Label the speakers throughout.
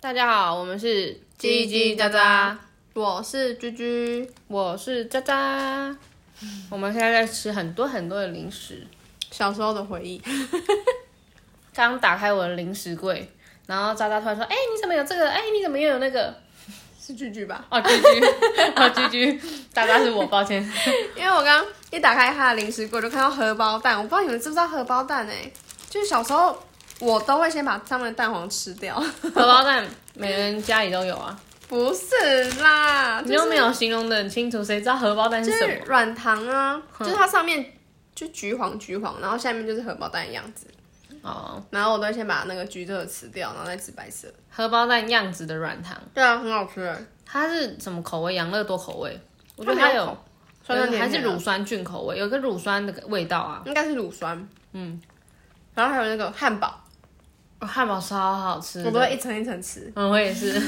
Speaker 1: 大家好，我们是
Speaker 2: 叽叽喳喳，我是居居，
Speaker 1: 我是渣渣。我们现在在吃很多很多的零食。
Speaker 2: 小时候的回忆，
Speaker 1: 刚打开我的零食柜，然后渣渣突然说：“哎、你怎么有这个？哎、你怎么又有那个
Speaker 2: 是居居吧？”？
Speaker 1: 哦，居 居，哦，居居，渣渣是我，抱歉。
Speaker 2: 因为我刚一打开他的零食柜，我就看到荷包蛋，我不知道你们知不知道荷包蛋哎、就是小时候我都会先把上面的蛋黄吃掉，
Speaker 1: 荷包蛋每人家里都有啊，
Speaker 2: 不是啦，
Speaker 1: 你
Speaker 2: 啊就
Speaker 1: 又
Speaker 2: 是
Speaker 1: 没有形容的很清楚，谁知道荷包蛋是
Speaker 2: 就
Speaker 1: 什
Speaker 2: 是
Speaker 1: 么？
Speaker 2: 软糖啊，就是它上面就橘黄橘黄，然后下面就是荷包蛋的样子，
Speaker 1: 哦，
Speaker 2: 然后我都会先把那个橘色的吃掉，然后再吃白色。
Speaker 1: 荷包蛋样子的软糖，
Speaker 2: 对啊，很好吃哎、
Speaker 1: 它是什么口味？养乐多口味，我觉
Speaker 2: 它
Speaker 1: 得
Speaker 2: 没
Speaker 1: 它
Speaker 2: 有
Speaker 1: 有。
Speaker 2: 酸酸甜
Speaker 1: 还
Speaker 2: 甜
Speaker 1: 是
Speaker 2: 的
Speaker 1: 乳酸菌口味，有一个乳酸的味道啊。
Speaker 2: 应该是乳酸，嗯，然后还有那个汉堡，
Speaker 1: 哦汉堡超好吃的，
Speaker 2: 我都会一层一层吃。
Speaker 1: 嗯，我也是，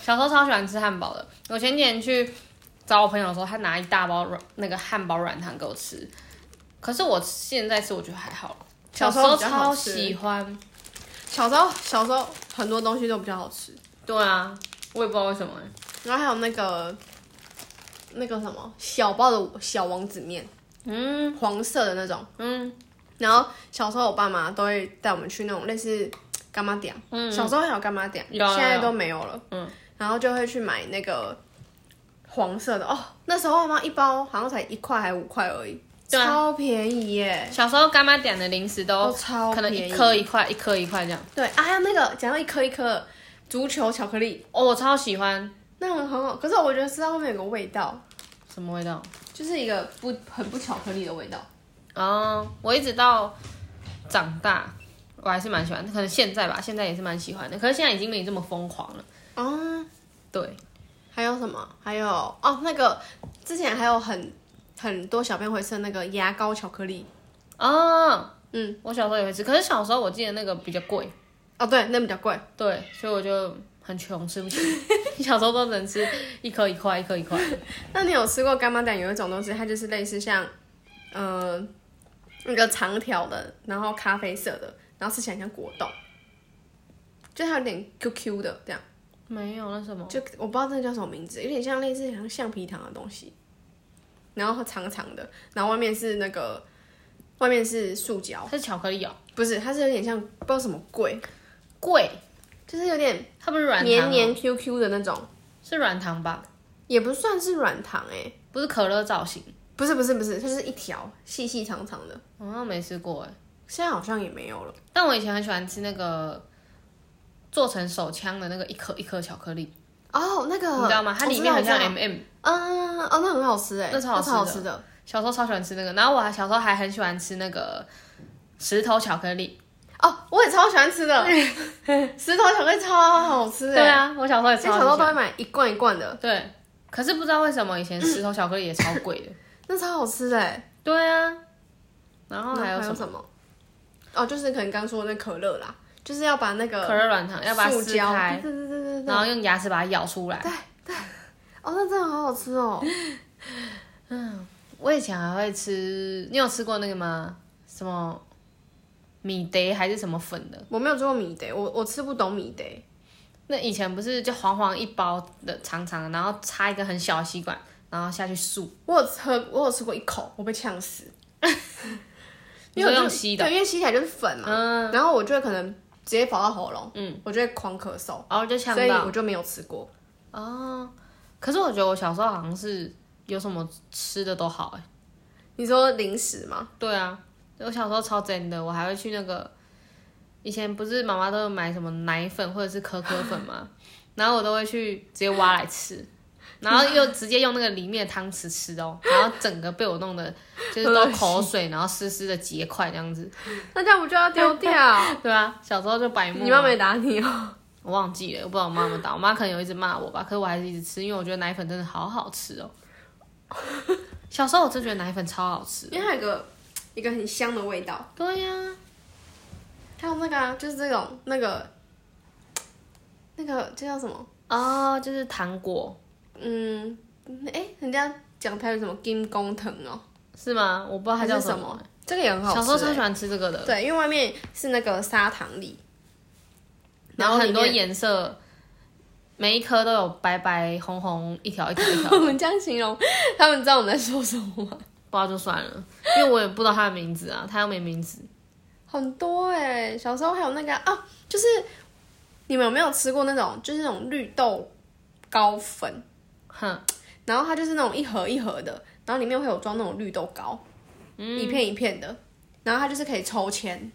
Speaker 1: 小时候超喜欢吃汉堡的。我前几年去找我朋友的时候，他拿一大包软那个汉堡软糖给我吃，可是我现在吃我觉得还好，小时候
Speaker 2: 小时候比较好
Speaker 1: 超
Speaker 2: 吃
Speaker 1: 喜欢。
Speaker 2: 小时候小时候很多东西都比较好吃，
Speaker 1: 对啊，我也不知道为什么欸、
Speaker 2: 然后还有那个那个什么小包的小王子面，
Speaker 1: 嗯
Speaker 2: 黄色的那种。
Speaker 1: 嗯，
Speaker 2: 然后小时候我爸妈都会带我们去那种类似干妈店，嗯，小时候还有干妈店，
Speaker 1: 有有
Speaker 2: 现在
Speaker 1: 有
Speaker 2: 都没有了，
Speaker 1: 嗯，
Speaker 2: 然后就会去买那个黄色的哦，那时候好像一包好像才一块还五块而已，
Speaker 1: 对啊
Speaker 2: 超便宜耶，
Speaker 1: 嗯小时候干妈点的零食都
Speaker 2: 都超
Speaker 1: 可能
Speaker 2: 便
Speaker 1: 一
Speaker 2: 宜
Speaker 1: 颗一块，一颗一块这样。
Speaker 2: 对啊，还有那个讲到一颗一颗的足球巧克力，
Speaker 1: 哦，我超喜欢，
Speaker 2: 那很很好，可是我觉得吃到后面有个味道，
Speaker 1: 什么味道？
Speaker 2: 就是一个不很不巧克力的味道。
Speaker 1: 哦，我一直到长大，我还是蛮喜欢的，可能现在吧，现在也是蛮喜欢的，可是现在已经没这么疯狂了。
Speaker 2: 哦，
Speaker 1: 对，
Speaker 2: 还有什么？还有哦，那个之前还有很很多小朋友会吃的那个牙膏巧克力，
Speaker 1: 哦，
Speaker 2: 嗯，
Speaker 1: 我小时候也会吃，可是小时候我记得那个比较贵，
Speaker 2: 哦对，那比较贵。
Speaker 1: 对，所以我就很穷，吃不 起。小时候都能吃一颗一块，一颗一块。
Speaker 2: 那你有吃过干妈蛋？有一种东西，它就是类似像，呃，那个长条的，然后咖啡色的，然后吃起来像果冻，就它有点 QQ 的这样，
Speaker 1: 没有那什么，
Speaker 2: 就我不知道那叫什么名字，有点像类似像橡皮糖的东西，然后长长的，然后外面是那个，外面是塑胶，
Speaker 1: 它是巧克力哦，
Speaker 2: 不是，它是有点像不知道什么桂，
Speaker 1: 贵，
Speaker 2: 就是有点
Speaker 1: 它不是软糖哦、
Speaker 2: 黏黏 QQ 的那种，
Speaker 1: 是软糖吧？
Speaker 2: 也不算是软糖哎、
Speaker 1: 不是可乐造型，
Speaker 2: 不是不是不是，它就是一条细细长长的，
Speaker 1: 哦，没吃过哎。
Speaker 2: 现在好像也没有了。
Speaker 1: 但我以前很喜欢吃那个做成手枪的那个一颗一颗巧克力，
Speaker 2: 哦，那个
Speaker 1: 你知道吗？它里面
Speaker 2: 我
Speaker 1: 很
Speaker 2: 知道
Speaker 1: 像 M，M，
Speaker 2: 我知道
Speaker 1: M、m
Speaker 2: 嗯，哦，那很好吃哎，
Speaker 1: 那超好吃的
Speaker 2: 好吃的。
Speaker 1: 小时候超喜欢吃那个，然后我还小时候还很喜欢吃那个石头巧克力。
Speaker 2: 哦，我也超喜欢 吃的，石头巧克力超好吃哎。
Speaker 1: 对，啊，我小时候也
Speaker 2: 因为
Speaker 1: 超
Speaker 2: 小
Speaker 1: 喜
Speaker 2: 时候
Speaker 1: 欢
Speaker 2: 都会买一罐一罐的，
Speaker 1: 对，可是不知道为什么以前石头巧克力也超贵的。
Speaker 2: 那超好吃哎。
Speaker 1: 对啊，然后还有
Speaker 2: 有
Speaker 1: 什么
Speaker 2: 什么？哦，就是可能刚说的那可乐啦，就是要把那个
Speaker 1: 可乐软糖，要把它
Speaker 2: 塑
Speaker 1: 撕
Speaker 2: 胶，
Speaker 1: 开，
Speaker 2: 对对对对对。
Speaker 1: 然后用牙齿把它咬出来。
Speaker 2: 哦，那真的好好吃哦。
Speaker 1: 我以前还会吃，你有吃过那个吗？什么米德还是什么粉的？
Speaker 2: 我没有做过米欸得，我我吃不懂米欸得。
Speaker 1: 那以前不是就黄黄一包的长长的，然后插一个很小的吸管，然后下去漱。
Speaker 2: 我有喝，我有吃过一口，我被呛 死。
Speaker 1: 你
Speaker 2: 我
Speaker 1: 说
Speaker 2: 就
Speaker 1: 用吸的，嗯
Speaker 2: 对，因为吸起来就是粉嘛，然后我就会可能直接跑到喉咙，嗯，我就会狂咳嗽，
Speaker 1: 然哦后就呛
Speaker 2: 所以
Speaker 1: 到。
Speaker 2: 我就没有吃过。
Speaker 1: 哦可是我觉得我小时候好像是有什么吃的都好哎、
Speaker 2: 你说零食吗？
Speaker 1: 对啊，我小时候超真的，我还会去那个，以前不是妈妈都会买什么奶粉或者是可可粉 吗？然后我都会去直接挖来吃，然后又直接用那个里面的汤匙吃哦，然后整个被我弄的就是都口 水，然后湿湿的结块这样子。
Speaker 2: 那这样不就要丢掉？
Speaker 1: 对啊，小时候就 白目
Speaker 2: 你。妈没打你哦？
Speaker 1: 我忘记了，我不知道我妈有没有打，我妈可能有一直骂我吧，可是我还是一直吃，因为我觉得奶粉真的好好吃哦。小时候我真觉得奶粉超好吃，
Speaker 2: 因为它有个一个很香的味道，
Speaker 1: 对呀、
Speaker 2: 还有那个、啊、就是这种那个那个这叫什么？
Speaker 1: 哦，就是糖果
Speaker 2: 嗯，哎、人家讲台有什么金工藤哦，
Speaker 1: 是吗？我不知道它
Speaker 2: 还
Speaker 1: 叫
Speaker 2: 是
Speaker 1: 什
Speaker 2: 什
Speaker 1: 么
Speaker 2: 么。？这个也很好吃、
Speaker 1: 小时候超
Speaker 2: 欸
Speaker 1: 喜欢吃这个的，
Speaker 2: 对，因为外面是那个砂糖粒，
Speaker 1: 然后
Speaker 2: 它
Speaker 1: 很
Speaker 2: 里
Speaker 1: 多
Speaker 2: 面
Speaker 1: 颜色每一颗都有白白红红一条一条一条，
Speaker 2: 我们这样形容，他们知道我们在说什么吗？
Speaker 1: 不知道就算了，因为我也不知道它的名字啊，它又没名字。
Speaker 2: 很多哎、小时候还有那个啊，啊就是你们有没有吃过那种，就是那种绿豆糕粉，
Speaker 1: 哼，
Speaker 2: 然后它就是那种一盒一盒的，然后里面会有装那种绿豆糕，一片一片的，然后它就是可以抽签，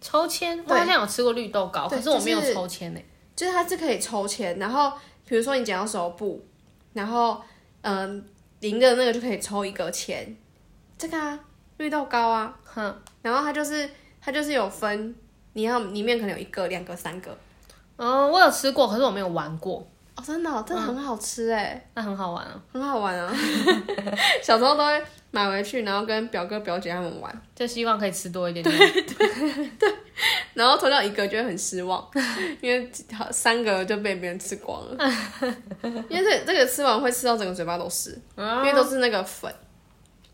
Speaker 1: 抽签，我
Speaker 2: 对
Speaker 1: 好像有吃过绿豆糕，
Speaker 2: 对
Speaker 1: 可是我没有
Speaker 2: 就是
Speaker 1: 抽签呢、
Speaker 2: 就是它是可以抽签，然后比如说你剪到手部，然后嗯赢的那个就可以抽一个签，这个啊绿豆糕啊，
Speaker 1: 哼，
Speaker 2: 然后它就是它就是有分，你要里面可能有一个、两个、三个，
Speaker 1: 嗯，我有吃过，可是我没有玩过，
Speaker 2: 哦真的、哦、真的很好吃哎、
Speaker 1: 那很好玩啊，
Speaker 2: 很好玩啊！ 小时候都会买回去，然后跟表哥表姐他们玩，
Speaker 1: 就希望可以吃多一点 点。
Speaker 2: 然后抽到一个就会很失望， 因为好三个就被别人吃光了。因为这这个吃完会吃到整个嘴巴都是，
Speaker 1: 啊
Speaker 2: 因为都是那个粉，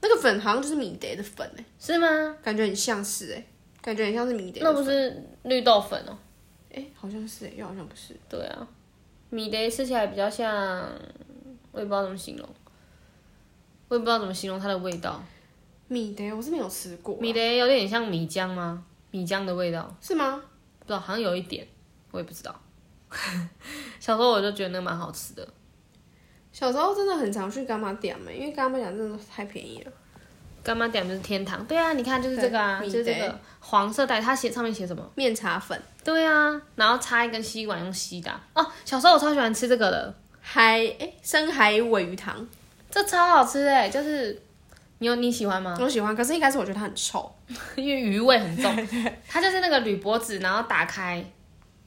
Speaker 2: 那个粉好像就是米德的粉哎、
Speaker 1: 是吗？
Speaker 2: 感觉很像是哎、感觉很像是米德
Speaker 1: 那
Speaker 2: 的
Speaker 1: 不
Speaker 2: 粉。
Speaker 1: 是绿豆粉哦、
Speaker 2: 哎、好像是哎、又好像不是。
Speaker 1: 对啊，米雷吃起来比较像，我也不知道怎么形容，我也不知道怎么形容它的味道。
Speaker 2: 米德我是没有吃过，
Speaker 1: 米雷有点像米浆吗？米浆的味道，
Speaker 2: 是吗？
Speaker 1: 不知道，好像有一点，我也不知道。 小时候我就觉得那个蛮好吃的，
Speaker 2: 小时候真的很常去干妈店嘛，因为干妈店真的太便宜了。
Speaker 1: 干妈点就是天堂。对啊，你看就是这个啊，
Speaker 2: 对
Speaker 1: 就
Speaker 2: 米
Speaker 1: 是这
Speaker 2: 雷
Speaker 1: 个黄色袋，它写上面写什么？
Speaker 2: 面茶粉，
Speaker 1: 对啊，然后插一根吸管用吸的啊、哦。小时候我超喜欢吃这个的，
Speaker 2: 海哎、深海尾鱼汤。
Speaker 1: 这超好吃哎、就是你有你喜 欢吗？
Speaker 2: 我喜欢，可是一开始我觉得它很臭，
Speaker 1: 因为鱼味很 重，它就是那个铝箔纸，然后打开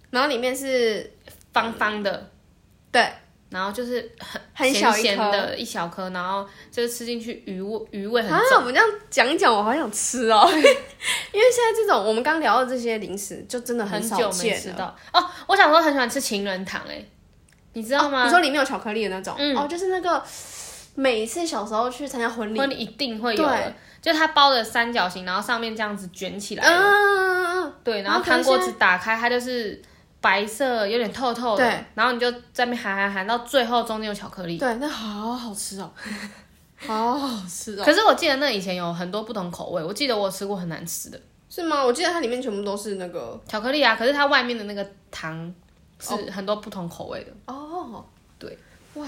Speaker 2: 然后里面是
Speaker 1: 方方的，
Speaker 2: 对
Speaker 1: 然后就是
Speaker 2: 很小一
Speaker 1: 咸
Speaker 2: 颗
Speaker 1: 咸的一小颗，然后就是吃进去鱼味鱼味很
Speaker 2: 啊
Speaker 1: 重。！
Speaker 2: 我们这样讲一讲，我好想吃哦， 因为现在这种我们刚聊的这些零食就真的
Speaker 1: 很
Speaker 2: 少
Speaker 1: 久没
Speaker 2: 见啊
Speaker 1: 吃
Speaker 2: 了，
Speaker 1: 到哦，我小时候很喜欢吃情人糖哎、你知
Speaker 2: 知
Speaker 1: 道吗？
Speaker 2: 哦你说里面有巧克力的那种，
Speaker 1: 嗯
Speaker 2: 哦，就是那个每次小时候去参加啊婚礼，
Speaker 1: 婚礼一定会有的
Speaker 2: 对，
Speaker 1: 就它包的三角形，然后上面这样子卷起来
Speaker 2: 嗯
Speaker 1: 的，
Speaker 2: 嗯嗯嗯，
Speaker 1: 对，然
Speaker 2: 然
Speaker 1: 后
Speaker 2: 后可
Speaker 1: 糖
Speaker 2: 是
Speaker 1: 果纸打开，它就是白色，有点透透的
Speaker 2: 对，
Speaker 1: 然后你就在那边含含含，到最后中间有巧克力。
Speaker 2: 对，那好好吃 哦，好好吃哦，
Speaker 1: 可是我记得那以前有很多不同口味，我记得我有吃过很难吃的
Speaker 2: 是吗？我记得它里面全部都是那个
Speaker 1: 巧克力啊，可是它外面的那个糖是很多不同口味的。
Speaker 2: 哦，
Speaker 1: 对，
Speaker 2: 哇，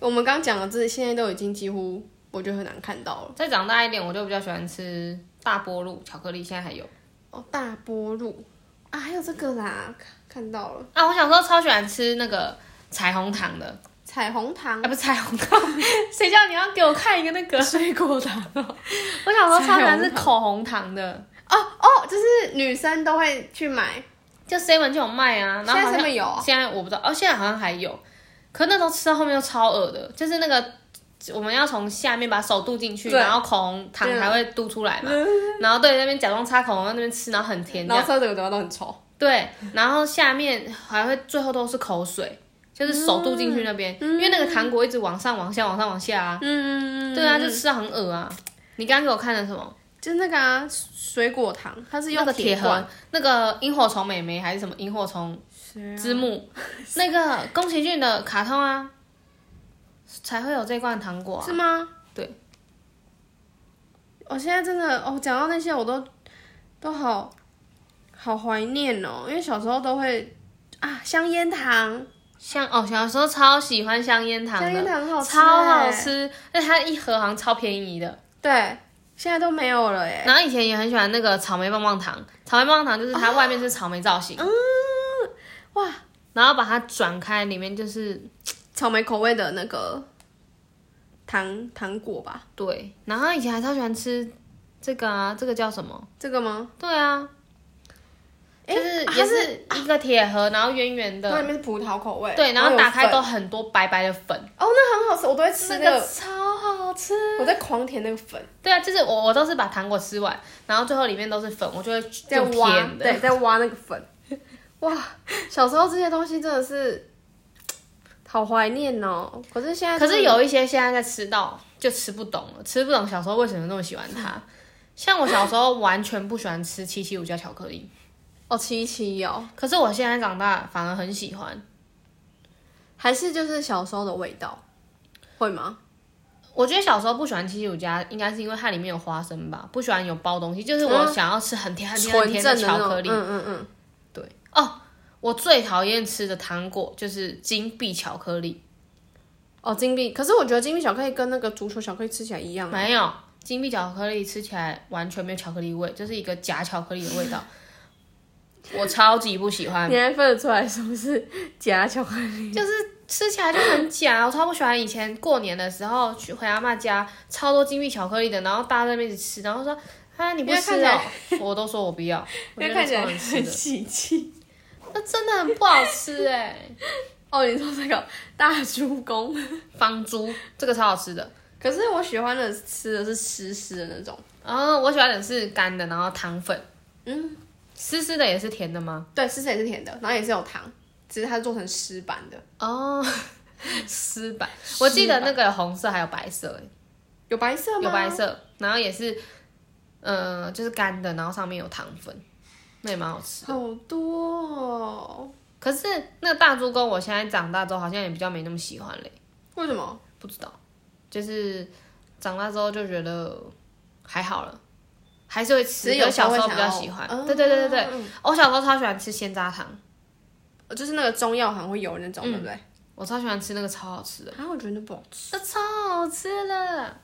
Speaker 2: 我们刚讲的这现在都已经几乎我觉得很难看到了。
Speaker 1: 再长大一点，我就比较喜欢吃大波露巧克力，现在还有
Speaker 2: 哦，大波路啊，还有这个啦，看看到了，
Speaker 1: 啊。我小时候超喜欢吃那个彩虹糖的，
Speaker 2: 彩虹糖
Speaker 1: 啊，不是彩虹糖， 谁叫你要给我看一个那个？
Speaker 2: 水果糖
Speaker 1: 我小时候超喜欢吃口红糖的，
Speaker 2: 哦哦，就是女生都会去买，
Speaker 1: 就 seven 就有卖啊。然后好
Speaker 2: 现在
Speaker 1: 像
Speaker 2: 7-Eleven 有啊
Speaker 1: 现在我不知道，哦，现在好像还有，可那时候吃到后面就超恶的，就是那个。我们要从下面把手渡进去，
Speaker 2: 对
Speaker 1: 然后口红糖
Speaker 2: 对啊
Speaker 1: 才会渡出来嘛。然后对那边假装擦口红，在那边吃，然后很甜这样。
Speaker 2: 然后车整个嘴巴都很啊臭，
Speaker 1: 对，然后下面还会最后都是口水，就是手渡进去那边，因为那个糖果一直往上、往下、往上、往下啊。
Speaker 2: 嗯，
Speaker 1: 对啊，就吃到很恶啊。你刚刚给我看的什么？
Speaker 2: 就是那个啊，水果糖，它是
Speaker 1: 那
Speaker 2: 用
Speaker 1: 个铁
Speaker 2: 罐
Speaker 1: 盒，那个萤火虫美眉还是什么萤火虫
Speaker 2: 谁啊
Speaker 1: 之墓？那个宫崎骏的卡通啊，才会有这罐糖果啊。
Speaker 2: 是吗？
Speaker 1: 对，
Speaker 2: 我现在真的，哦，讲到那些我都都好好怀念哦，因为小时候都会啊，香烟糖，
Speaker 1: 像哦，小时候超喜欢香烟糖
Speaker 2: 香烟
Speaker 1: 的，
Speaker 2: 糖很好吃、欸
Speaker 1: 超好，吃，但它一盒好像超便宜的。
Speaker 2: 对，现在都没有了哎。
Speaker 1: 然后以前也很喜欢那个草莓棒棒糖，草莓棒棒糖就是它外面是草莓造型，
Speaker 2: 啊哇，
Speaker 1: 然后把它转开，里面就是
Speaker 2: 草莓口味的那个糖糖果吧？
Speaker 1: 对。然后以前还超喜欢吃这个啊，这个叫什么？
Speaker 2: 这个吗？
Speaker 1: 对啊，就
Speaker 2: 诶
Speaker 1: 是
Speaker 2: 啊
Speaker 1: 也
Speaker 2: 它
Speaker 1: 是一个铁盒，然后圆圆
Speaker 2: 它
Speaker 1: 的
Speaker 2: 里，面是葡萄口味，
Speaker 1: 对，然后打开
Speaker 2: 有
Speaker 1: 都
Speaker 2: 粉
Speaker 1: 很多白白的粉，
Speaker 2: 哦，那很好吃，我都会吃
Speaker 1: 那
Speaker 2: 那
Speaker 1: 个
Speaker 2: 个，
Speaker 1: 超好吃。
Speaker 2: 我在狂舔那个粉，
Speaker 1: 对啊，就是我我都是把糖果吃完，然后最后里面都是粉，我就会
Speaker 2: 在
Speaker 1: 用
Speaker 2: 挖，
Speaker 1: 舔的。
Speaker 2: 对，在挖那个粉。 哇，小时候这些东西真的是好怀念哦。可是现在
Speaker 1: 可
Speaker 2: 真的
Speaker 1: 是有一些现在在吃到就吃不懂了，吃不懂小时候为什么那么喜欢 它。像我小时候完全不喜欢吃七七五加巧克力，
Speaker 2: 哦，七七哦，
Speaker 1: 可是我现在长大反而很喜欢。
Speaker 2: 还是就是小时候的味道，会吗？
Speaker 1: 我觉得小时候不喜欢七七乳加，应该是因为它里面有花生吧，不喜欢有包东西，就是我想要吃很甜很甜很
Speaker 2: 啊纯
Speaker 1: 甜
Speaker 2: 正
Speaker 1: 的
Speaker 2: 那
Speaker 1: 巧
Speaker 2: 种
Speaker 1: 克力。
Speaker 2: 嗯嗯嗯，
Speaker 1: 哦我最讨厌吃的糖果就是金币巧克力，
Speaker 2: 哦，金币。可是我觉得金币巧克力跟那个足球巧克力吃起来一样，啊
Speaker 1: 没有金币巧克力吃起来完全没有巧克力味，就是一个假巧克力的味道， 我超级不喜欢，
Speaker 2: 你还分得出来什么是假巧克力？
Speaker 1: 就是吃起来就很假，我超不喜欢。以前过年的时候去回阿妈家，超多金币巧克力的，然后大家在那边一直吃，然后说啊你不
Speaker 2: 因为
Speaker 1: 吃
Speaker 2: 看起
Speaker 1: 哦
Speaker 2: 来，
Speaker 1: 我都说我不 要，我觉得超难吃的，
Speaker 2: 喜气。
Speaker 1: 那真的很不好吃哎、
Speaker 2: 哦，你说这个大猪公，
Speaker 1: 仿猪这个超好吃的。
Speaker 2: 可是我喜欢的吃的是湿湿的那种，
Speaker 1: 然后我喜欢的是干的，然后糖粉，
Speaker 2: 嗯，
Speaker 1: 湿湿的也是甜的吗？
Speaker 2: 对，湿湿也是甜的，然后也是有糖，只是它是做成湿版的，
Speaker 1: 哦，湿白，我记得那个有红色还有白色欸，
Speaker 2: 有白色吗？
Speaker 1: 有白色，然后也是，呃，就是干的，然后上面有糖粉，那也蛮好吃。
Speaker 2: 好多哦，
Speaker 1: 可是那个大猪公，我现在长大之后好像也比较没那么喜欢嘞，
Speaker 2: 为什么？
Speaker 1: 不知道，就是长大之后就觉得还好了，还是会吃，
Speaker 2: 只是有
Speaker 1: 可是小时
Speaker 2: 时
Speaker 1: 候
Speaker 2: 候
Speaker 1: 比
Speaker 2: 会
Speaker 1: 较
Speaker 2: 想要
Speaker 1: 喜欢。
Speaker 2: 嗯
Speaker 1: 对对对对对，我小时候超喜欢吃鲜榨糖，
Speaker 2: 就是那个中药行会有那种，对不对？
Speaker 1: 我超喜欢吃那个，超好嗯吃的。
Speaker 2: 啊，我觉得不好吃。
Speaker 1: 那超好吃了，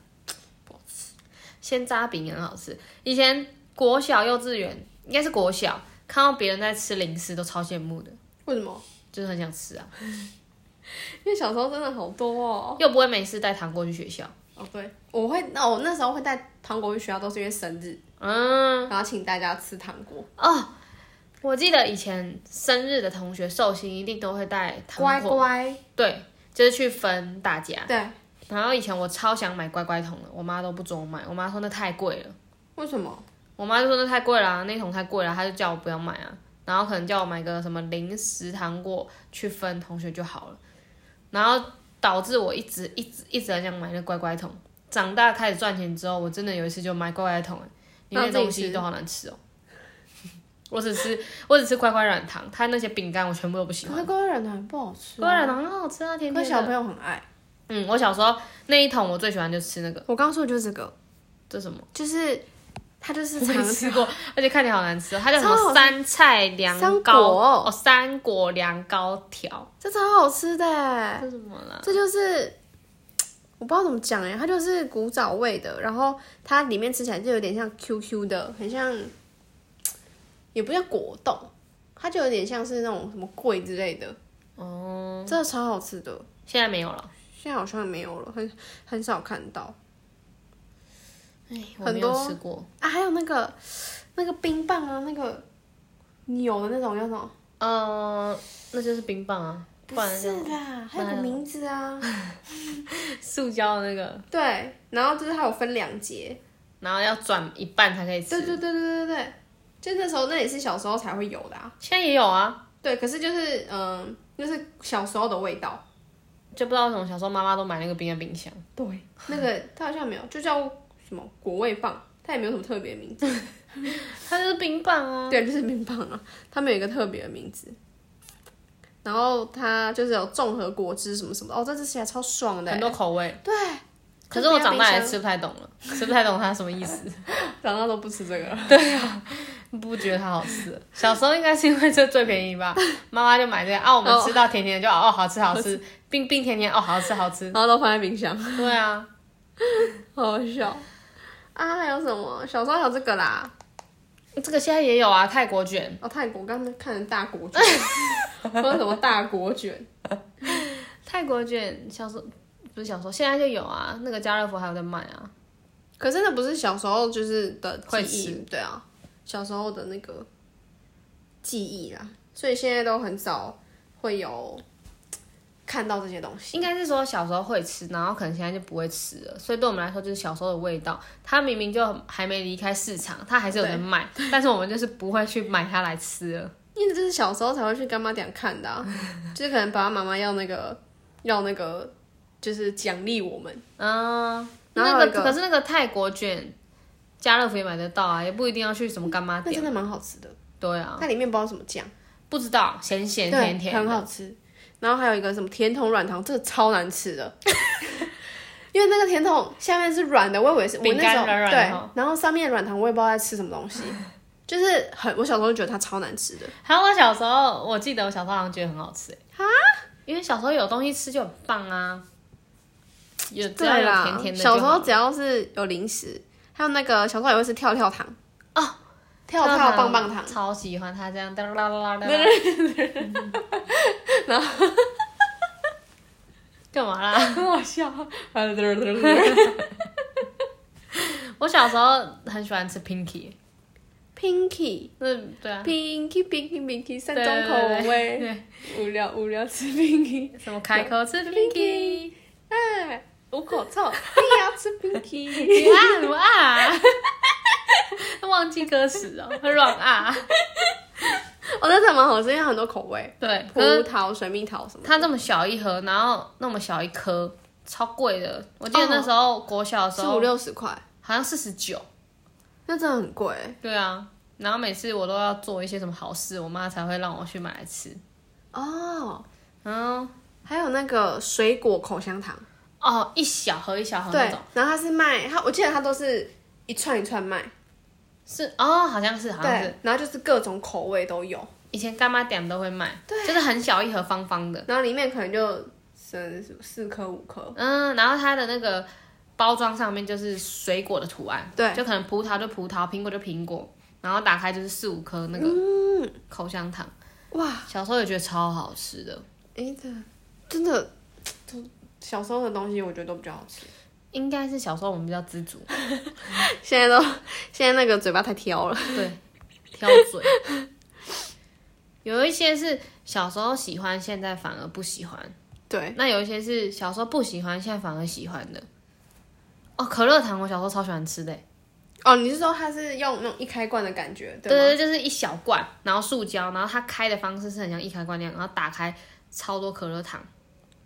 Speaker 1: 不好吃。鲜扎饼很好吃，以前国小、幼稚园应该是国小，看到别人在吃零食都超羡慕的，
Speaker 2: 为什么？
Speaker 1: 就是很想吃啊，
Speaker 2: 因为小时候真的好多哦。
Speaker 1: 又不会没事带糖果去学校。
Speaker 2: 哦，对，我会，那、我那时候会带糖果去学校，都是因为生日，
Speaker 1: 嗯，哦
Speaker 2: 然后请大家吃糖果。
Speaker 1: 我记得以前生日的同学寿星一定都会带哎糖果，
Speaker 2: 乖乖，
Speaker 1: 对，就是去分大家。
Speaker 2: 对，
Speaker 1: 然后以前我超想买乖乖桶的，我妈都不准我买，我妈说那太贵了。
Speaker 2: 为什么？
Speaker 1: 我妈就说那太贵了、啊，那桶太贵了，她就叫我不要买啊。然后可能叫我买个什么零食糖果去分同学就好了。然后导致我一直一直一直很想买那乖乖桶。长大开始赚钱之后，我真的有一次就买乖乖桶、欸，里面的东西都好难吃哦、 我只吃我只吃乖乖软糖，它那些饼干我全部都不喜欢。
Speaker 2: 乖乖软糖不好吃、
Speaker 1: 乖乖软糖很好吃啊，甜
Speaker 2: 可
Speaker 1: 甜
Speaker 2: 小
Speaker 1: 的。
Speaker 2: 朋友很爱。
Speaker 1: 嗯，我小时候那一桶我最喜欢就吃那个，
Speaker 2: 我刚说的就是这个，
Speaker 1: 这什么？
Speaker 2: 就是它就是
Speaker 1: 我
Speaker 2: 长
Speaker 1: 没吃过， 而且看起来好难吃、哦，它叫什
Speaker 2: 啊超好
Speaker 1: 么
Speaker 2: 吃
Speaker 1: 三菜凉
Speaker 2: 三
Speaker 1: 糕
Speaker 2: 果
Speaker 1: 哦，三果凉糕条，
Speaker 2: 这超好吃的，
Speaker 1: 这是什么啦？
Speaker 2: 这就是。我不知道怎么讲哎，它就是古早味的，然后它里面吃起来就有点像 QQ 的，很像，也不叫果冻，它就有点像是那种什么桂之类的，
Speaker 1: 哦，
Speaker 2: 真的超好吃的。
Speaker 1: 现在没有了，
Speaker 2: 现在好像没有了，很很少看到
Speaker 1: 哎，我
Speaker 2: 很
Speaker 1: 没有
Speaker 2: 多
Speaker 1: 吃过。
Speaker 2: 啊。还有那个那个冰棒啊，那个扭的那种叫什么？
Speaker 1: 呃，那就是冰棒啊，不
Speaker 2: 不
Speaker 1: 然
Speaker 2: 是啦，还有个名字啊。
Speaker 1: 塑胶的那个，
Speaker 2: 对，然后就是它有分两节。
Speaker 1: 然后要转一半才可以
Speaker 2: 对
Speaker 1: 吃。
Speaker 2: 对对对对对，就那时候那也是小时候才会有的啊。
Speaker 1: 现在也有啊，
Speaker 2: 对，可是就是嗯，就是小时候的味道。
Speaker 1: 就不知道为什么小时候妈妈都买那个冰在冰箱。
Speaker 2: 对，那个它好像没有，就叫什么果味棒，它也没有什么特别的名字。
Speaker 1: 它就是冰棒啊，
Speaker 2: 对，就是冰棒啊，他们有一个特别的名字。然后它就是有综合果汁什么什么的，哦，这吃起来超爽的
Speaker 1: 很
Speaker 2: 欸。
Speaker 1: 多口味。
Speaker 2: 对，
Speaker 1: 可是我长大也
Speaker 2: 就
Speaker 1: 吃不太懂了，吃不太懂它什么意思，
Speaker 2: 不要冰箱长大都不吃这个了。
Speaker 1: 不觉得它好吃。小时候应该是因为这最便宜吧，妈妈就买这个啊，我们吃到甜甜的就哦好吃好吃，冰冰甜甜哦好吃好吃。
Speaker 2: 然后都放在冰箱，
Speaker 1: 对啊，
Speaker 2: 好好笑啊！还有什么？小时候还有这个啦，
Speaker 1: 这个现在也有啊，泰国卷。
Speaker 2: 哦，泰国刚刚看成大国卷， 说什么大国卷？
Speaker 1: 泰国卷小时候不是小时候，现在就有啊，那个家乐福还有在卖啊。
Speaker 2: 可是那不是小时候就是的
Speaker 1: 会
Speaker 2: 记忆，对啊，小时候的那个记忆啦，所以现在都很少会有看到这些东西。
Speaker 1: 应该是说小时候会吃，然后可能现在就不会吃了，所以对我们来说就是小时候的味道。它明明就还没离开市场，它还是有人卖，但是我们就是不会去买它来吃了。
Speaker 2: 因为这是小时候才会去干妈店看 的、啊，就是可能爸爸妈妈要那个要那个，就是奖励我们。
Speaker 1: 嗯，
Speaker 2: 然后
Speaker 1: 那
Speaker 2: 有一个
Speaker 1: 可是那个泰国卷，家乐福也买得到啊，也不一定要去什么干妈
Speaker 2: 那
Speaker 1: 店。
Speaker 2: 真的蛮好吃的，
Speaker 1: 对啊，
Speaker 2: 它里面不知道什么酱，
Speaker 1: 不知道咸咸
Speaker 2: 对
Speaker 1: 甜甜的
Speaker 2: 很好吃。然后还有一个什么甜筒软糖，这个超难吃的， 因为那个甜筒下面是软的，我以为是我
Speaker 1: 饼
Speaker 2: 那
Speaker 1: 干
Speaker 2: 时候
Speaker 1: 软软的
Speaker 2: 对
Speaker 1: 哦，
Speaker 2: 然后上面软糖我也不知道在吃什么 东西，就是很我小时候就觉得它超难吃的，
Speaker 1: 还有我小时候，我记得我小时候好像觉得很好吃、欸，因为小时候有东西吃就很棒啊，有只要
Speaker 2: 对
Speaker 1: 有
Speaker 2: 啦，
Speaker 1: 甜甜的就好
Speaker 2: 小时候只要是有零食，还有那个小时候也会吃跳跳糖
Speaker 1: 哦，
Speaker 2: 跳跳棒棒 糖，
Speaker 1: 超喜欢它这样哒啦啦啦啦，
Speaker 2: 然
Speaker 1: 后干嘛啦？
Speaker 2: 很好 笑，
Speaker 1: 我小时候很喜欢吃 Pinky，
Speaker 2: Pinky。
Speaker 1: 嗯，对啊，
Speaker 2: Pinky Pinky Pinky 三
Speaker 1: 对
Speaker 2: 种口
Speaker 1: 对
Speaker 2: 味，无聊无聊吃 Pinky，
Speaker 1: 什么开口吃 Pinky，
Speaker 2: 哎，
Speaker 1: 五口臭，
Speaker 2: 你要吃 Pinky，
Speaker 1: 啊如啊，忘记歌词哦，软啊，
Speaker 2: 我哦那蛮好吃，因为很多口味，
Speaker 1: 对，
Speaker 2: 葡
Speaker 1: 可是
Speaker 2: 萄、水蜜桃什么的。
Speaker 1: 它这么小一盒，然后那么小一颗，超贵的。我记得那时候国小的时
Speaker 2: 四
Speaker 1: 候
Speaker 2: 五六十块，
Speaker 1: 好像四十九，
Speaker 2: 那真的很贵。
Speaker 1: 对啊。然后每次我都要做一些什么好事，我妈才会让我去买来吃。
Speaker 2: 哦，
Speaker 1: 嗯，
Speaker 2: 还有那个水果口香糖，
Speaker 1: 哦，一小盒一小盒
Speaker 2: 对
Speaker 1: 那种，，
Speaker 2: 然后它是卖它，我记得它都是一串一串卖，
Speaker 1: 是哦，好像是，好像是。
Speaker 2: 对，然后就是各种口味都有，
Speaker 1: 以前干妈点都会卖，
Speaker 2: 对
Speaker 1: 就是很小一盒方方的，
Speaker 2: 然后里面可能就剩四颗五颗，
Speaker 1: 嗯，然后它的那个包装上面就是水果的图案，
Speaker 2: 对
Speaker 1: 就可能葡萄就葡萄，苹果就苹果，然后打开就是四五颗那个
Speaker 2: 嗯
Speaker 1: 口香糖，
Speaker 2: 哇，
Speaker 1: 小时候也觉得超好吃的，
Speaker 2: 哎，这真的，都小时候的东西我觉得都比较好 吃，
Speaker 1: 应该是小时候我们比较知足，
Speaker 2: 现在都现在那个嘴巴太挑了，
Speaker 1: 对，挑嘴。 有一些是小时候喜欢，现在反而不喜欢；
Speaker 2: 对，
Speaker 1: 那有一些是小时候不喜欢，现在反而喜欢的。哦，可乐糖我小时候超喜欢吃的，
Speaker 2: 哦，你是说它是用那种一开罐的感觉，对
Speaker 1: 对
Speaker 2: 吗？
Speaker 1: 对，就是一小罐，然后塑胶，然后它开的方式是很像一开罐那样，然后打开超多可乐糖，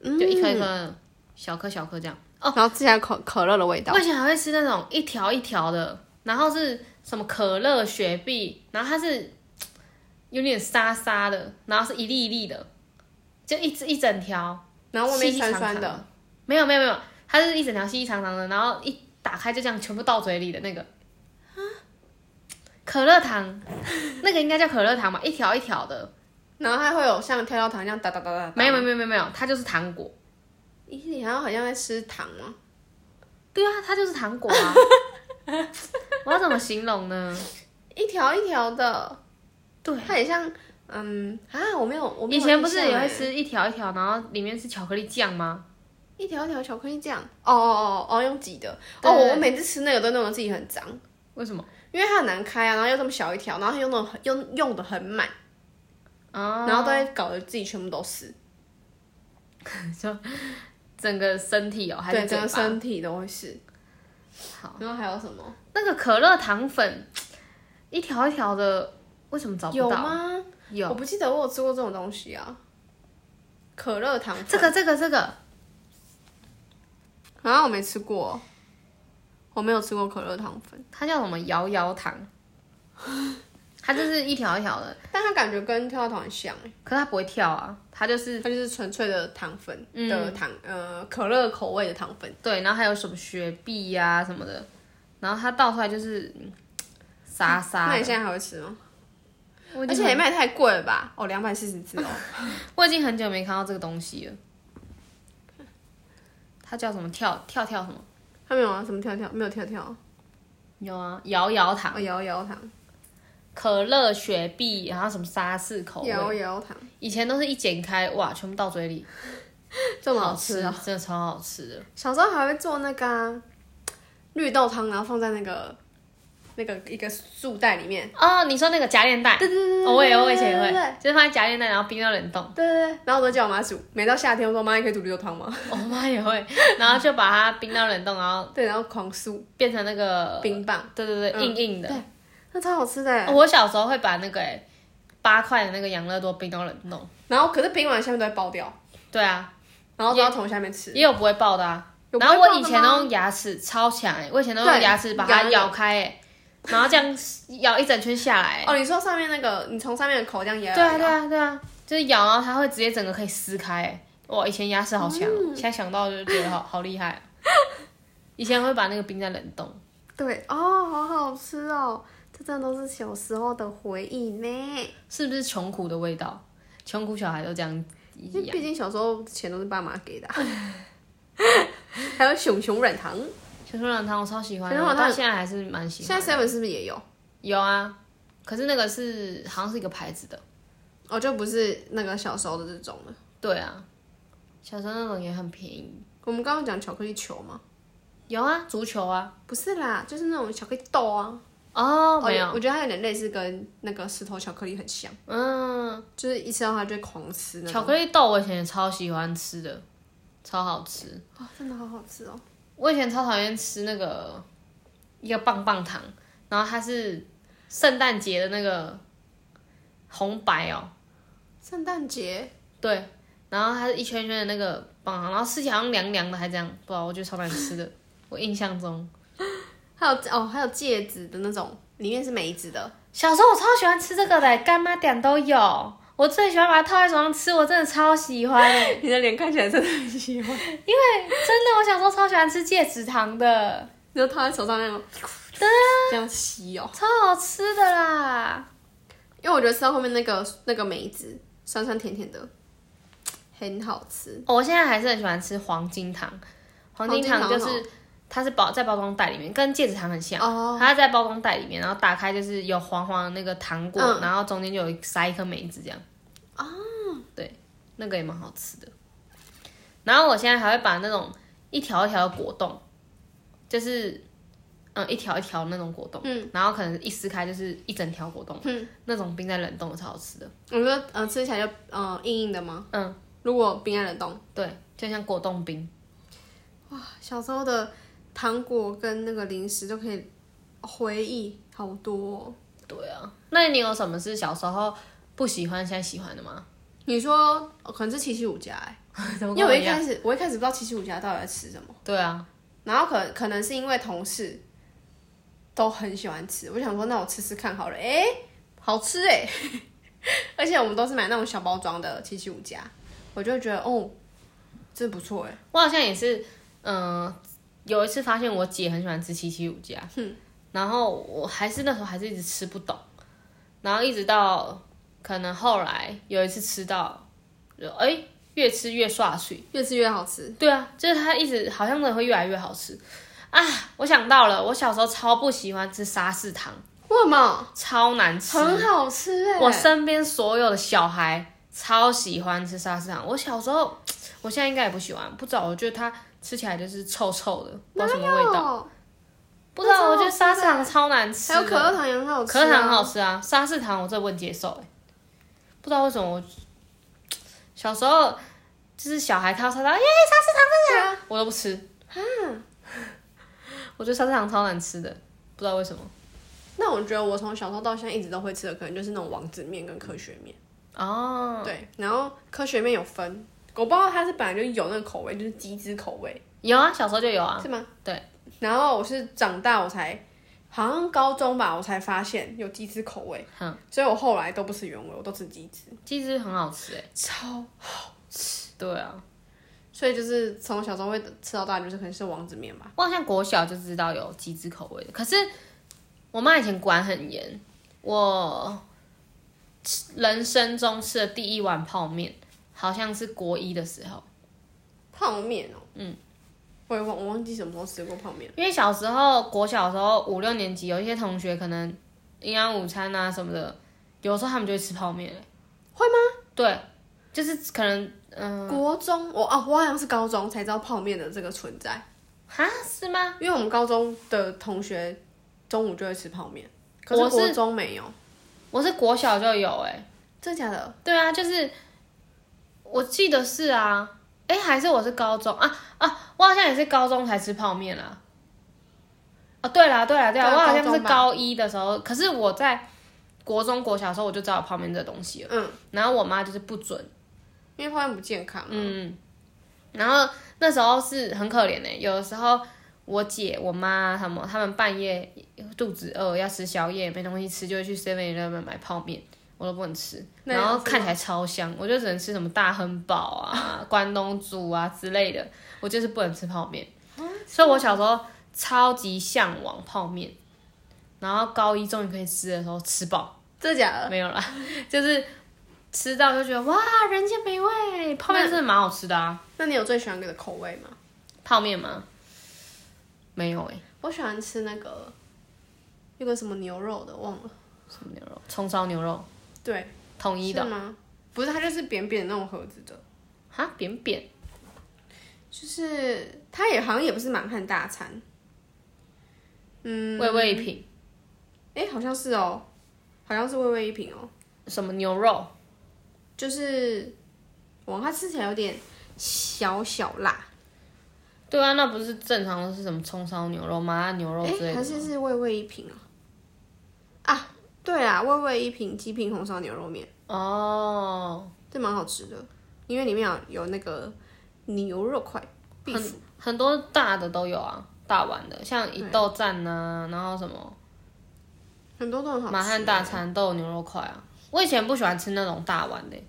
Speaker 1: 就一颗一颗小颗小颗这样。
Speaker 2: 嗯哦，然后吃起来可可乐的味道
Speaker 1: 我，以前还会吃那种一条一条的，然后是什么可乐、雪碧，然后它是有点沙沙的，然后是一粒一粒的，就一只一整条，
Speaker 2: 然后外面
Speaker 1: 细细
Speaker 2: 酸
Speaker 1: 长
Speaker 2: 酸
Speaker 1: 长
Speaker 2: 的，。
Speaker 1: 没有没有没有，它是一整条细细长长的，然后一打开就这样全部到嘴里的那个。可乐糖，那个应该叫可乐糖吧，一条一条的。
Speaker 2: 然后它会有像跳跳糖一样哒哒哒哒。
Speaker 1: 没有没有没有没有没有，它就是糖果。
Speaker 2: 有，咦，你好像好像在吃糖哦吗？
Speaker 1: 对啊，它就是糖果 啊。我要怎么形容呢？
Speaker 2: 一条一条的，
Speaker 1: 对，
Speaker 2: 它很像，嗯啊，我没有，我没
Speaker 1: 以
Speaker 2: 有
Speaker 1: 前不是
Speaker 2: 印象
Speaker 1: 也会
Speaker 2: 欸
Speaker 1: 吃一条一条，然后里面是巧克力酱吗？
Speaker 2: 一条一条巧克力酱？哦哦哦哦，用挤的。
Speaker 1: 对
Speaker 2: 哦，
Speaker 1: 对嗯
Speaker 2: 我每次吃那个都弄得自己很脏，
Speaker 1: 为什么？
Speaker 2: 因为它很难开啊，然后又这么小一条，然后又弄得很用用的很满，
Speaker 1: 啊、
Speaker 2: 然后都会搞得自己全部都是，
Speaker 1: 整个身体哦，还
Speaker 2: 对，
Speaker 1: 是
Speaker 2: 整个
Speaker 1: 嘴巴？
Speaker 2: 身体都会是。
Speaker 1: 好，
Speaker 2: 然后还有什么？
Speaker 1: 那个可乐糖粉，一条一条的，为什么找不到？
Speaker 2: 有吗？
Speaker 1: 有啊
Speaker 2: 我不记得我有吃过这种东西啊。可乐糖粉
Speaker 1: 这个这个这个，
Speaker 2: 啊，我没吃过，我没有吃过可乐糖粉，
Speaker 1: 它叫什么摇摇糖？它就是一条一条的，
Speaker 2: 但它感觉跟跳跳糖很像，
Speaker 1: 可是它不会跳啊，它就是
Speaker 2: 它就是纯粹的糖粉的糖，呃，可乐口味的糖粉。
Speaker 1: 对，然后还有什么雪碧呀、什么的，然后它倒出来就是嗯沙沙
Speaker 2: 那你
Speaker 1: 的。
Speaker 2: 现在还会吃吗？
Speaker 1: 我已
Speaker 2: 而
Speaker 1: 经
Speaker 2: 且也卖太贵了吧？哦，两百四十只哦。
Speaker 1: 我已经很久没看到这个东西了。它叫什么跳跳跳什么？
Speaker 2: 它没有啊，什么跳跳没有跳跳，
Speaker 1: 有啊，摇摇糖、
Speaker 2: 哦摇摇糖，
Speaker 1: 可乐、雪碧，然后什么沙士口味。
Speaker 2: 摇摇糖，
Speaker 1: 以前都是一剪开，哇，全部到嘴里，
Speaker 2: 这么
Speaker 1: 好
Speaker 2: 好吃啊！
Speaker 1: 真的超好吃的。
Speaker 2: 小时候还会做那个啊绿豆汤，然后放在那个那个一个束带里面，
Speaker 1: 哦，你说那个夹链袋，
Speaker 2: 对对对对
Speaker 1: 哦我也我以前也
Speaker 2: 对对对
Speaker 1: 会，就是放在夹链袋，然后冰到冷冻。
Speaker 2: 对对对，然后我都叫我妈煮，每到夏天我说妈，你可以煮绿豆汤吗？
Speaker 1: 哦我妈也会，然后就把它冰到冷冻，然后
Speaker 2: 对，然后狂酥
Speaker 1: 变成那个
Speaker 2: 冰棒，
Speaker 1: 对对对，硬硬的。哦
Speaker 2: 那超好吃的欸。
Speaker 1: 我小时候会把那个欸八块的那个养乐多冰到冷冻。
Speaker 2: 然后可是冰完下面都会爆掉，
Speaker 1: 对啊，
Speaker 2: 然后都要从下面吃。
Speaker 1: 也有不会爆的啊。
Speaker 2: 有
Speaker 1: 然后我以
Speaker 2: 不会
Speaker 1: 前
Speaker 2: 爆的
Speaker 1: 都
Speaker 2: 吗
Speaker 1: 用牙齿超强哎、我以前都用
Speaker 2: 对
Speaker 1: 牙齿把它
Speaker 2: 咬
Speaker 1: 咬开哎、然后这样咬一整圈下来欸、
Speaker 2: 哦，你说上面那个，你从上面的口这样也
Speaker 1: 对啊对啊对啊，就是咬，然后它会直接整个可以撕开、欸。哇，以前牙齿好强哦、
Speaker 2: 嗯
Speaker 1: 现在想到就觉 得好好厉害哦、以前会把那个冰在冷冻，
Speaker 2: 对哦，好好吃哦，这真的都是小时候的回忆呢。
Speaker 1: 是不是穷苦的味道？穷苦小孩都这样
Speaker 2: 因为毕竟小时候钱都是爸妈给的啊、 还有熊熊软糖，
Speaker 1: 熊软糖我超喜欢的，
Speaker 2: 熊
Speaker 1: 我
Speaker 2: 软糖
Speaker 1: 到现在还是蛮喜
Speaker 2: 现
Speaker 1: 欢。
Speaker 2: 在 seven 是不是也有？
Speaker 1: 有啊，可是那个是好像是一个牌子的。
Speaker 2: 哦，就不是那个小时候的这种了。
Speaker 1: 对啊，小时候那种也很便宜。
Speaker 2: 我们刚刚讲巧克力球吗？
Speaker 1: 有啊，足球啊。
Speaker 2: 不是啦，就是那种巧克力豆啊。
Speaker 1: 哦，没有，
Speaker 2: 我觉得它有点类似跟那个石头巧克力很像，
Speaker 1: 嗯，
Speaker 2: 就是一吃到它就会狂吃那种。
Speaker 1: 巧克力豆我以前也超喜欢吃的，超好吃。
Speaker 2: 哇、真的好好吃哦！
Speaker 1: 我以前超讨厌吃那个一个棒棒糖，然后它是圣诞节的那个红白哦，
Speaker 2: 圣诞节
Speaker 1: 对，然后它是一圈一圈的那个棒棒糖，然后吃起来好像凉凉的，还这样，不知道，我觉得超难吃的。我印象中，
Speaker 2: 还有哦，还有戒指的那种，里面是梅子的。
Speaker 1: 小时候我超喜欢吃这个的，干妈点都有。我最喜欢把它套在手上吃，我真的超喜欢的。
Speaker 2: 你的脸看起来真的很喜欢，
Speaker 1: 因为真的，我小时候超喜欢吃戒指糖的，
Speaker 2: 你就套在手上那种，
Speaker 1: 对啊，
Speaker 2: 这样吸哦。
Speaker 1: 超好吃的啦。
Speaker 2: 因为我觉得吃到后面那个那个梅子酸酸甜甜的，很好吃。
Speaker 1: 哦我现在还是很喜欢吃黄金糖，黄金糖哦
Speaker 2: 黄
Speaker 1: 就
Speaker 2: 金糖
Speaker 1: 是它是包在包装袋里面，跟戒指糖很像，
Speaker 2: 哦
Speaker 1: 它在包装袋里面，然后打开就是有黄黄的那个糖果，
Speaker 2: 嗯
Speaker 1: 然后中间就有塞一颗梅子这样。哦，对，那个也蛮好吃的。然后我现在还会把那种一条一条的果冻，就是嗯一条一条那种果冻，嗯，然后可能一撕开就是一整条果冻，嗯，那种冰在冷冻的超好吃的，
Speaker 2: 我觉得呃吃起来就呃硬硬的吗？
Speaker 1: 嗯，
Speaker 2: 如果冰在冷冻，
Speaker 1: 对，就像果冻冰。
Speaker 2: 哇，啊小时候的糖果跟那个零食都可以回忆好多哦、
Speaker 1: 对啊，那你有什么是小时候不喜欢现在喜欢的吗？
Speaker 2: 你说、哦可能是七七五家哎、
Speaker 1: 怎么
Speaker 2: 因
Speaker 1: 跟
Speaker 2: 为
Speaker 1: 我
Speaker 2: 我一
Speaker 1: 一样？
Speaker 2: 开始我一开始不知道七七五家到底在吃什么，
Speaker 1: 对啊，
Speaker 2: 然后可可能是因为同事都很喜欢吃，我想说那我吃吃看好了，哎、好吃哎、 而且我们都是买那种小包装的七七五家，我就觉得哦，真不错哎、
Speaker 1: 我好像也是，嗯、有一次发现我姐很喜欢吃七七五家，然后我还是那时候还是一直吃不懂，然后一直到可能后来有一次吃到，就哎、越吃越刷水。
Speaker 2: 越吃越好吃，
Speaker 1: 对啊，就是它一直好像真的会越来越好吃啊！我想到了，我小时候超不喜欢吃沙士糖，
Speaker 2: 为什么？
Speaker 1: 超难吃，
Speaker 2: 很好吃哎、
Speaker 1: 我身边所有的小孩超喜欢吃沙士糖。我小时候，我现在应该也不喜欢，不知道，我觉得它吃起来就是臭臭的，不知道什么味道。
Speaker 2: 道，
Speaker 1: 不知道，
Speaker 2: 那超好
Speaker 1: 我
Speaker 2: 吃的
Speaker 1: 觉得沙士糖超难吃
Speaker 2: 还
Speaker 1: 的。
Speaker 2: 有可乐糖也很好吃、
Speaker 1: 可乐糖很，好吃啊，沙士糖我这不能接受、欸、不知道为什么我小时候就是小孩看到沙士糖，耶，
Speaker 2: 对啊，
Speaker 1: 我都不吃。 我觉得沙士糖超难吃的，不知道为什么。
Speaker 2: 那我觉得我从小时候到现在一直都会吃的，可能就是那种王子面跟科学面。
Speaker 1: 哦，
Speaker 2: 对，然后科学面有分，我不知道它是本来就有那个口味，就是鸡汁口味，
Speaker 1: 有啊，小时候就有啊。
Speaker 2: 是吗？
Speaker 1: 对。
Speaker 2: 然后我是长大我才，好像高中吧，我才发现有鸡汁口味，
Speaker 1: 哼，
Speaker 2: 所以我后来都不吃原味，我都吃鸡汁，
Speaker 1: 鸡汁很好吃哎、
Speaker 2: 超。
Speaker 1: 对啊。
Speaker 2: 所以就是从小时候会吃到大，就是可能是王子面吧。
Speaker 1: 我好像国小就知道有鸡汁口味的，可是我妈以前管很严。我吃人生中吃的第一碗泡面，好像是国一的时候，
Speaker 2: 泡面哦，嗯，我也忘我忘记什么时候吃过泡面。
Speaker 1: 因为小时候国小的时候五六年级，有一些同学可能营养午餐啊什么的，有时候他们就会吃泡面、
Speaker 2: 会
Speaker 1: 吗？对，就是可能嗯、
Speaker 2: 国中我哦，我好像是高中才知道泡面的这个存在，
Speaker 1: 哈是吗？
Speaker 2: 因为我们高中的同学中午就会吃泡面，可
Speaker 1: 我
Speaker 2: 是
Speaker 1: 是
Speaker 2: 国中没有，
Speaker 1: 我是国小就有哎、
Speaker 2: 真假的？
Speaker 1: 对啊，就是我记得是啊，哎、还是我是高中啊啊，我好像也是高中才吃泡面啦。哦，对啦，对啦，对啦，
Speaker 2: 对啊
Speaker 1: 我好像
Speaker 2: 高
Speaker 1: 是
Speaker 2: 中吧
Speaker 1: 高一的时候，可是我在国中、国小的时候我就知道有泡面这东西了，
Speaker 2: 嗯，
Speaker 1: 然后我妈就是不准，
Speaker 2: 因为泡面不健康、啊。
Speaker 1: 嗯，然后那时候是很可怜的、有的时候我姐、我妈他们他们半夜肚子饿要吃宵夜没东西吃，就会去 Seven Eleven 买泡面，我都不能吃，
Speaker 2: 那
Speaker 1: 然后
Speaker 2: 要吃
Speaker 1: 看起来超香，我就只能吃什么大亨堡啊、关东煮啊之类的，我就是不能吃泡面。所以我小时候超级向往泡面，然后高一终于可以吃的时候吃饱，
Speaker 2: 真的假的？
Speaker 1: 没有啦， 就是吃到就觉得哇，人间美味，泡面真的蛮好吃的啊。
Speaker 2: 那你有最喜欢的口味吗？
Speaker 1: 泡面吗？没有哎、
Speaker 2: 我喜欢吃那个，有个什么牛肉的忘了，
Speaker 1: 什么牛肉？葱烧牛肉，
Speaker 2: 对，
Speaker 1: 统一的
Speaker 2: 是吗？不是，它就是扁扁的那种盒子的，
Speaker 1: 哈，扁扁。
Speaker 2: 就是它也好像也不是满汉大餐，
Speaker 1: 味味一品，
Speaker 2: 哎、好像是哦，好像是微微一品哦，
Speaker 1: 什么牛肉，
Speaker 2: 就是哇，它吃起来有点小小辣，
Speaker 1: 对啊，那不是正常的是什么葱烧牛肉、麻辣牛肉
Speaker 2: 哎、
Speaker 1: 之类的
Speaker 2: 还
Speaker 1: 吗，
Speaker 2: 是是味味一品啊？啊，对啦，味味一品鸡品红烧牛肉面，
Speaker 1: 哦，
Speaker 2: 这蛮好吃的，因为里面有有那个牛肉块
Speaker 1: 很
Speaker 2: beef，
Speaker 1: 很多大的都有啊，大碗的，像一豆站呐、然后什么
Speaker 2: 很多都很好吃。
Speaker 1: 满汉大餐都有牛肉块啊。我以前不喜欢吃那种大碗的、欸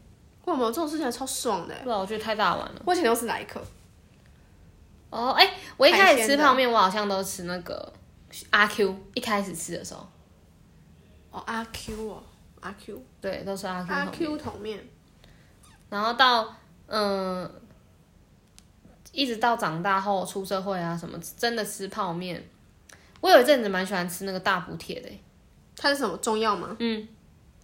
Speaker 2: 为什么这种吃起来超爽的欸？
Speaker 1: 不然我觉得太大碗了。
Speaker 2: 我以前都是来客，
Speaker 1: 哦，哎、我一开
Speaker 2: 海
Speaker 1: 始
Speaker 2: 鲜
Speaker 1: 吃
Speaker 2: 的
Speaker 1: 泡面，我好像都吃那个阿 Q，一开始吃的时候，
Speaker 2: 哦阿 Q 哦阿 Q
Speaker 1: 对，都是阿 Q
Speaker 2: 阿
Speaker 1: 桶
Speaker 2: Q 桶面，
Speaker 1: 然后到嗯、一直到长大后出社会啊什么，真的吃泡面。我有一阵子蛮喜欢吃那个大补铁的欸、
Speaker 2: 它是什么中药吗？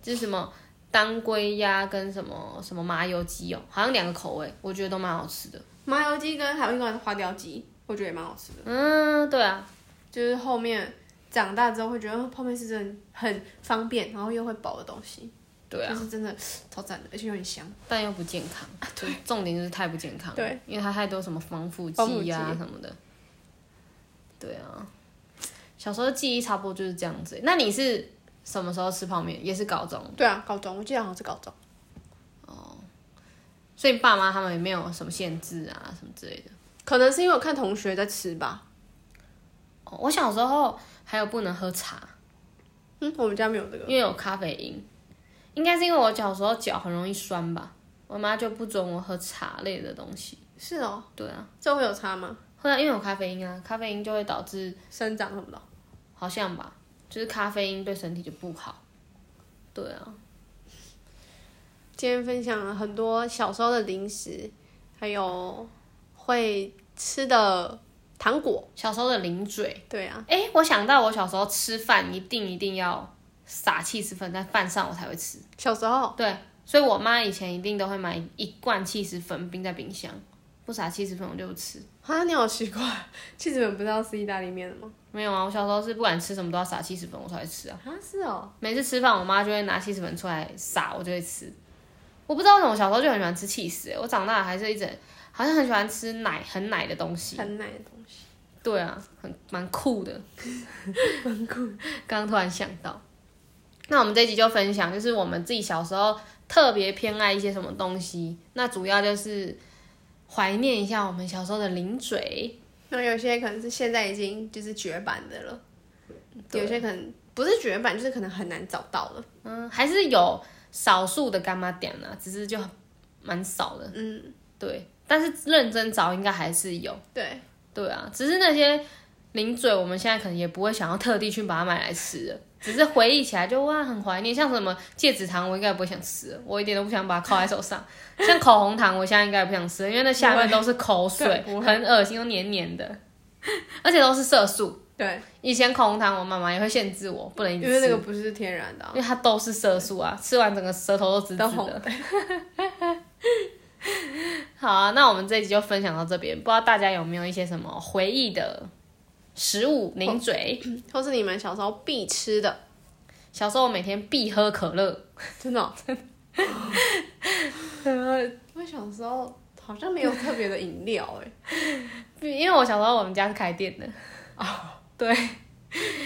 Speaker 1: 就是什么当归鸭跟什么什么麻油鸡哦，好像两个口味，我觉得都蛮好吃的。
Speaker 2: 麻油鸡跟还有一个花雕鸡，我觉得也蛮好吃的。
Speaker 1: 嗯，对啊，
Speaker 2: 就是后面长大之后会觉得呃泡面是真的很方便，然后又会饱的东西。
Speaker 1: 对啊，
Speaker 2: 就是真的超赞的，而且有点香。
Speaker 1: 但又不健康。对，重点就是太不健康。
Speaker 2: 啊对，
Speaker 1: 因为它太多什么防腐
Speaker 2: 防腐
Speaker 1: 剂啊
Speaker 2: 剂
Speaker 1: 什么的。对啊，小时候记忆差不多就是这样子欸。那你是什么时候吃泡面？也是高中。
Speaker 2: 对啊，高中我记得好像是高中，
Speaker 1: 所以爸妈他们也没有什么限制啊，什么之类的。
Speaker 2: 可能是因为我看同学在吃吧。
Speaker 1: 哦我小时候还有不能喝茶，
Speaker 2: 嗯，我们家没有这个。
Speaker 1: 因为有咖啡因，应该是因为我小时候脚很容易酸吧，我妈就不准我喝茶类的东西。
Speaker 2: 是哦，
Speaker 1: 对啊，
Speaker 2: 这会有差吗？
Speaker 1: 后来因为有咖啡因啊，咖啡因就会导致
Speaker 2: 生长什么的？
Speaker 1: 好像吧，就是咖啡因对身体就不好。对啊，
Speaker 2: 今天分享了很多小时候的零食，还有会吃的糖果。
Speaker 1: 小时候的零嘴。
Speaker 2: 对啊，
Speaker 1: 哎、我想到我小时候吃饭一定一定要撒气司粉在饭上，我才会吃。
Speaker 2: 小时候
Speaker 1: 对，所以我妈以前一定都会买一罐起司粉冰在冰箱，不撒起司粉我就不吃。
Speaker 2: 啊，你好奇怪，气质粉不知道是意大利面的吗？
Speaker 1: 没有啊，我小时候是不管吃什么都要撒起司粉我才会吃啊。
Speaker 2: 啊，是哦，
Speaker 1: 每次吃饭，我妈就会拿起司粉出来撒，我就会吃。我不知道为什么我小时候就很喜欢吃起司、欸，我长大还是一直好像很喜欢吃奶很奶的东西。
Speaker 2: 很奶的东西。
Speaker 1: 对啊，很蛮酷的， 蛮酷。刚刚突然想到，那我们这一集就分享，就是我们自己小时候特别偏爱一些什么东西，那主要就是怀念一下我们小时候的零嘴。
Speaker 2: 那有些可能是现在已经就是绝版的了，
Speaker 1: 对
Speaker 2: 有些可能不是绝版，就是可能很难找到了。
Speaker 1: 嗯，还是有少数的干妈点啊，只是就蛮少的。
Speaker 2: 嗯，
Speaker 1: 对，但是认真找应该还是有。
Speaker 2: 对，
Speaker 1: 对啊，只是那些零嘴，我们现在可能也不会想要特地去把它买来吃了，只是回忆起来就哇很怀念。像什么戒指糖，我应该不会想吃了，我一点都不想把它靠在手 上。像口红糖，我现在应该也不想吃了，因为那下面都是口水
Speaker 2: 不，
Speaker 1: 很恶心，又黏黏的，而且都是色素。
Speaker 2: 对，
Speaker 1: 以前口红糖，我妈妈也会限制我不能一
Speaker 2: 因
Speaker 1: 直
Speaker 2: 为
Speaker 1: 吃，
Speaker 2: 那个不是天然的啊、
Speaker 1: 因为它都是色素啊，吃完整个舌头都直直
Speaker 2: 都红
Speaker 1: 的。 好啊，那我们这一集就分享到这边，不知道大家有没有一些什么回忆的食物零嘴？
Speaker 2: 或是你们小时候必吃的，
Speaker 1: 小时候我每天必喝可乐，
Speaker 2: 真的、哦我小时候好像没有特别的饮料、欸，
Speaker 1: 因为我小时候我们家是开店的，
Speaker 2: 哎，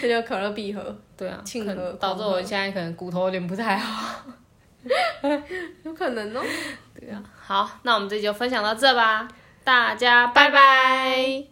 Speaker 2: 这就可乐必喝，
Speaker 1: 对啊，
Speaker 2: 庆
Speaker 1: 可
Speaker 2: 贺
Speaker 1: 能导致
Speaker 2: 狂
Speaker 1: 我
Speaker 2: 喝
Speaker 1: 现在可能骨头有点不太好。
Speaker 2: 有可能哦、
Speaker 1: 好，那我们这集就分享到这吧，大家拜拜